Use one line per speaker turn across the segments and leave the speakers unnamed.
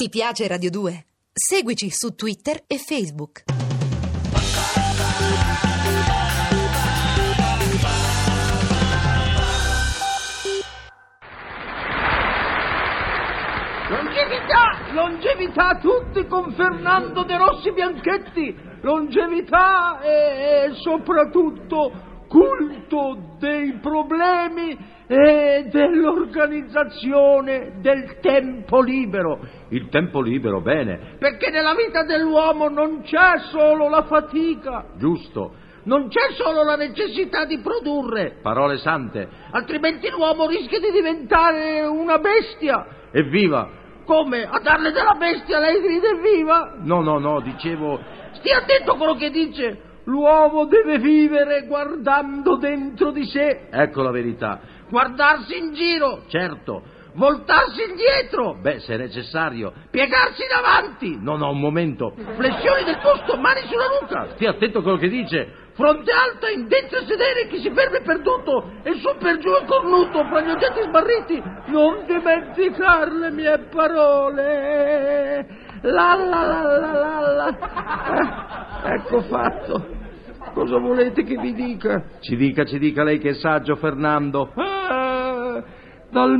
Ti piace Radio 2? Seguici su Twitter e Facebook.
Longevità! Longevità a tutti con Fernando De Rossi Bianchetti! Longevità e, e soprattutto culto dei problemi e dell'organizzazione del tempo libero. Il tempo libero, bene. Perché nella vita dell'uomo non c'è solo la fatica. Giusto. Non c'è solo la necessità di produrre. Parole sante. Altrimenti l'uomo rischia di diventare una bestia. Evviva! Come? A darle della bestia lei grida evviva? No, no, no, dicevo... Stia attento a quello che dice. L'uomo deve vivere guardando dentro di sé. Ecco la verità. Guardarsi in giro. Certo. Voltarsi indietro. Beh, se necessario. Piegarsi davanti. No, no, un momento. Flessioni del posto, mani sulla nuca. Stia attento a quello che dice. Fronte alta, indetto a sedere, chi si ferma è perduto e su per giù è cornuto fra gli oggetti sbarriti. Non dimenticare le mie parole. La la la la la la. Eh, ecco fatto. Cosa volete che vi dica? Ci dica, ci dica lei che è saggio, Fernando. Eh, dal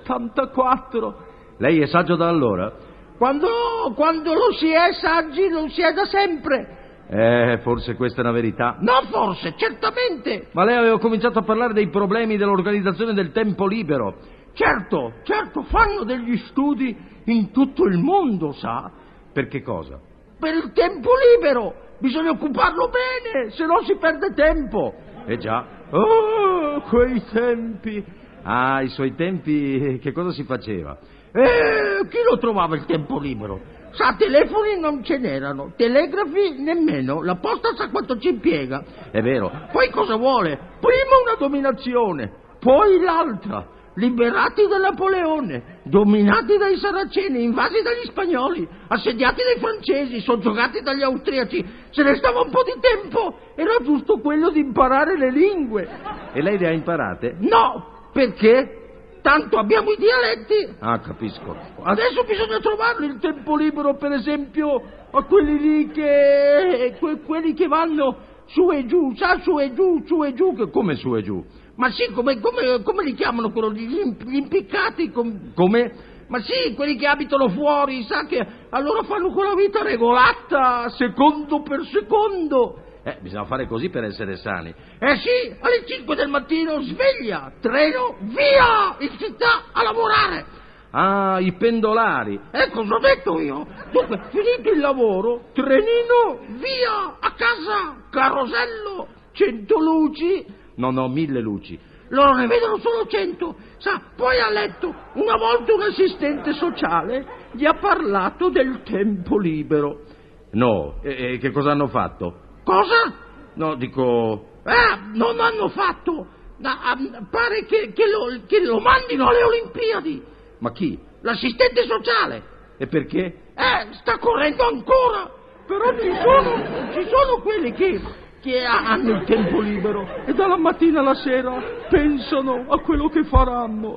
1874. Lei è saggio da allora? Quando, quando lo si è saggi, lo si è da sempre. Eh, forse questa è una verità. No, forse, certamente. Ma lei aveva cominciato a parlare dei problemi dell'organizzazione del tempo libero. Certo, certo, fanno degli studi in tutto il mondo, sa. Per che cosa? Per il tempo libero. Bisogna occuparlo bene, se no si perde tempo. Eh già. Oh, quei tempi. Ah, i suoi tempi che cosa si faceva? Eh, chi lo trovava il tempo libero? Sa, telefoni non ce n'erano, telegrafi nemmeno, la posta sa quanto ci impiega. È vero. Poi cosa vuole? Prima una dominazione, poi l'altra. Liberati da Napoleone, dominati dai saraceni, invasi dagli spagnoli, assediati dai francesi, soggiogati dagli austriaci. Se ne stava un po' di tempo, era giusto quello di imparare le lingue.
E lei le ha imparate?
No, perché? Tanto abbiamo i dialetti.
Ah, capisco.
Adesso bisogna trovarlo il tempo libero, per esempio, a quelli lì che. que- quelli che vanno su e giù, sa, su e giù, su e giù. Che...
Come su e giù?
Ma sì, come, come- come li chiamano quello lì? Gli, imp- gli impiccati? com-
Come?
Ma sì, quelli che abitano fuori, sa che allora fanno quella vita regolata, secondo per secondo.
Eh, bisogna fare così per essere sani.
Eh sì, alle 5 del mattino sveglia, treno, via in città a lavorare.
Ah, i pendolari.
Eh, cosa ho detto io? Dunque, finito il lavoro, trenino, via, a casa, carosello, cento luci.
No, no, mille luci.
Loro ne vedono solo cento. Sa, poi a letto, una volta un assistente sociale gli ha parlato del tempo libero.
No, e, e che cosa hanno fatto?
Cosa?
No, dico...
Ah, non hanno fatto. Ma, ah, pare che, che lo, che lo mandino alle Olimpiadi.
Ma chi?
L'assistente sociale.
E perché?
Eh, sta correndo ancora! Però ci sono, ci sono quelli che, che hanno il tempo libero e dalla mattina alla sera pensano a quello che faranno.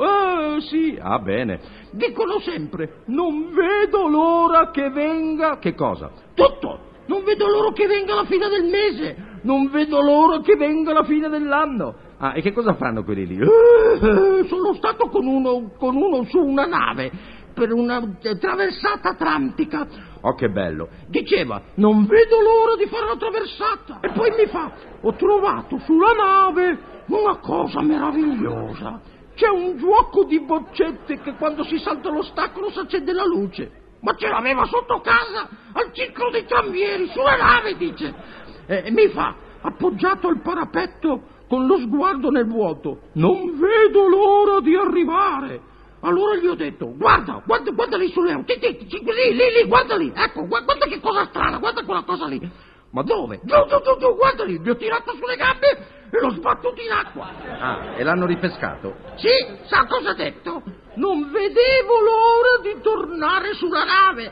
Eh, sì.
Ah, bene.
Dicono sempre, non vedo l'ora che venga...
Che cosa?
Tutto! Non vedo l'ora che venga la fine del mese! Non vedo l'ora che venga la fine dell'anno!
Ah, e che cosa fanno quelli lì?
Eh, Sono stato con uno, con uno su una nave per una eh, traversata atlantica.
Oh, che bello.
Diceva, non vedo l'ora di fare la traversata. E poi mi fa, ho trovato sulla nave una cosa meravigliosa. C'è un gioco di boccette che quando si salta l'ostacolo si accende la luce. Ma ce l'aveva sotto casa, al ciclo dei tramvieri, sulla nave, dice. E, e mi fa, appoggiato al parapetto, con lo sguardo nel vuoto, non vedo l'ora di arrivare. Allora gli ho detto, guarda, guarda, guarda lì sulle ti, ti, ci- lì, lì, lì, guarda lì, ecco, gua- guarda che cosa strana, guarda quella cosa lì. Ma dove? Giù, giù, giù, giù, guarda lì, gli ho tirato sulle gambe e l'ho sbattuto in acqua.
Ah, e l'hanno ripescato?
Sì, sa cosa ha detto? Non vedevo l'ora di tornare sulla nave.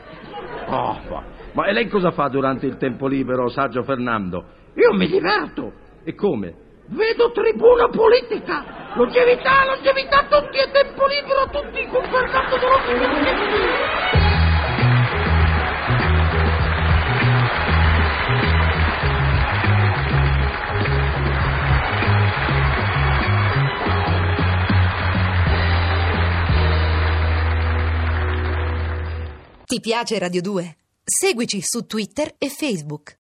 Oh, va. Ma e lei cosa fa durante il tempo libero, saggio Fernando?
Io mi diverto.
E come?
Vedo tribuna politica. Longevità, longevità, tutti e tempo libero a tutti con Fernando De Rossi Bianchetti.
Ti piace Radio 2? Seguici su Twitter e Facebook.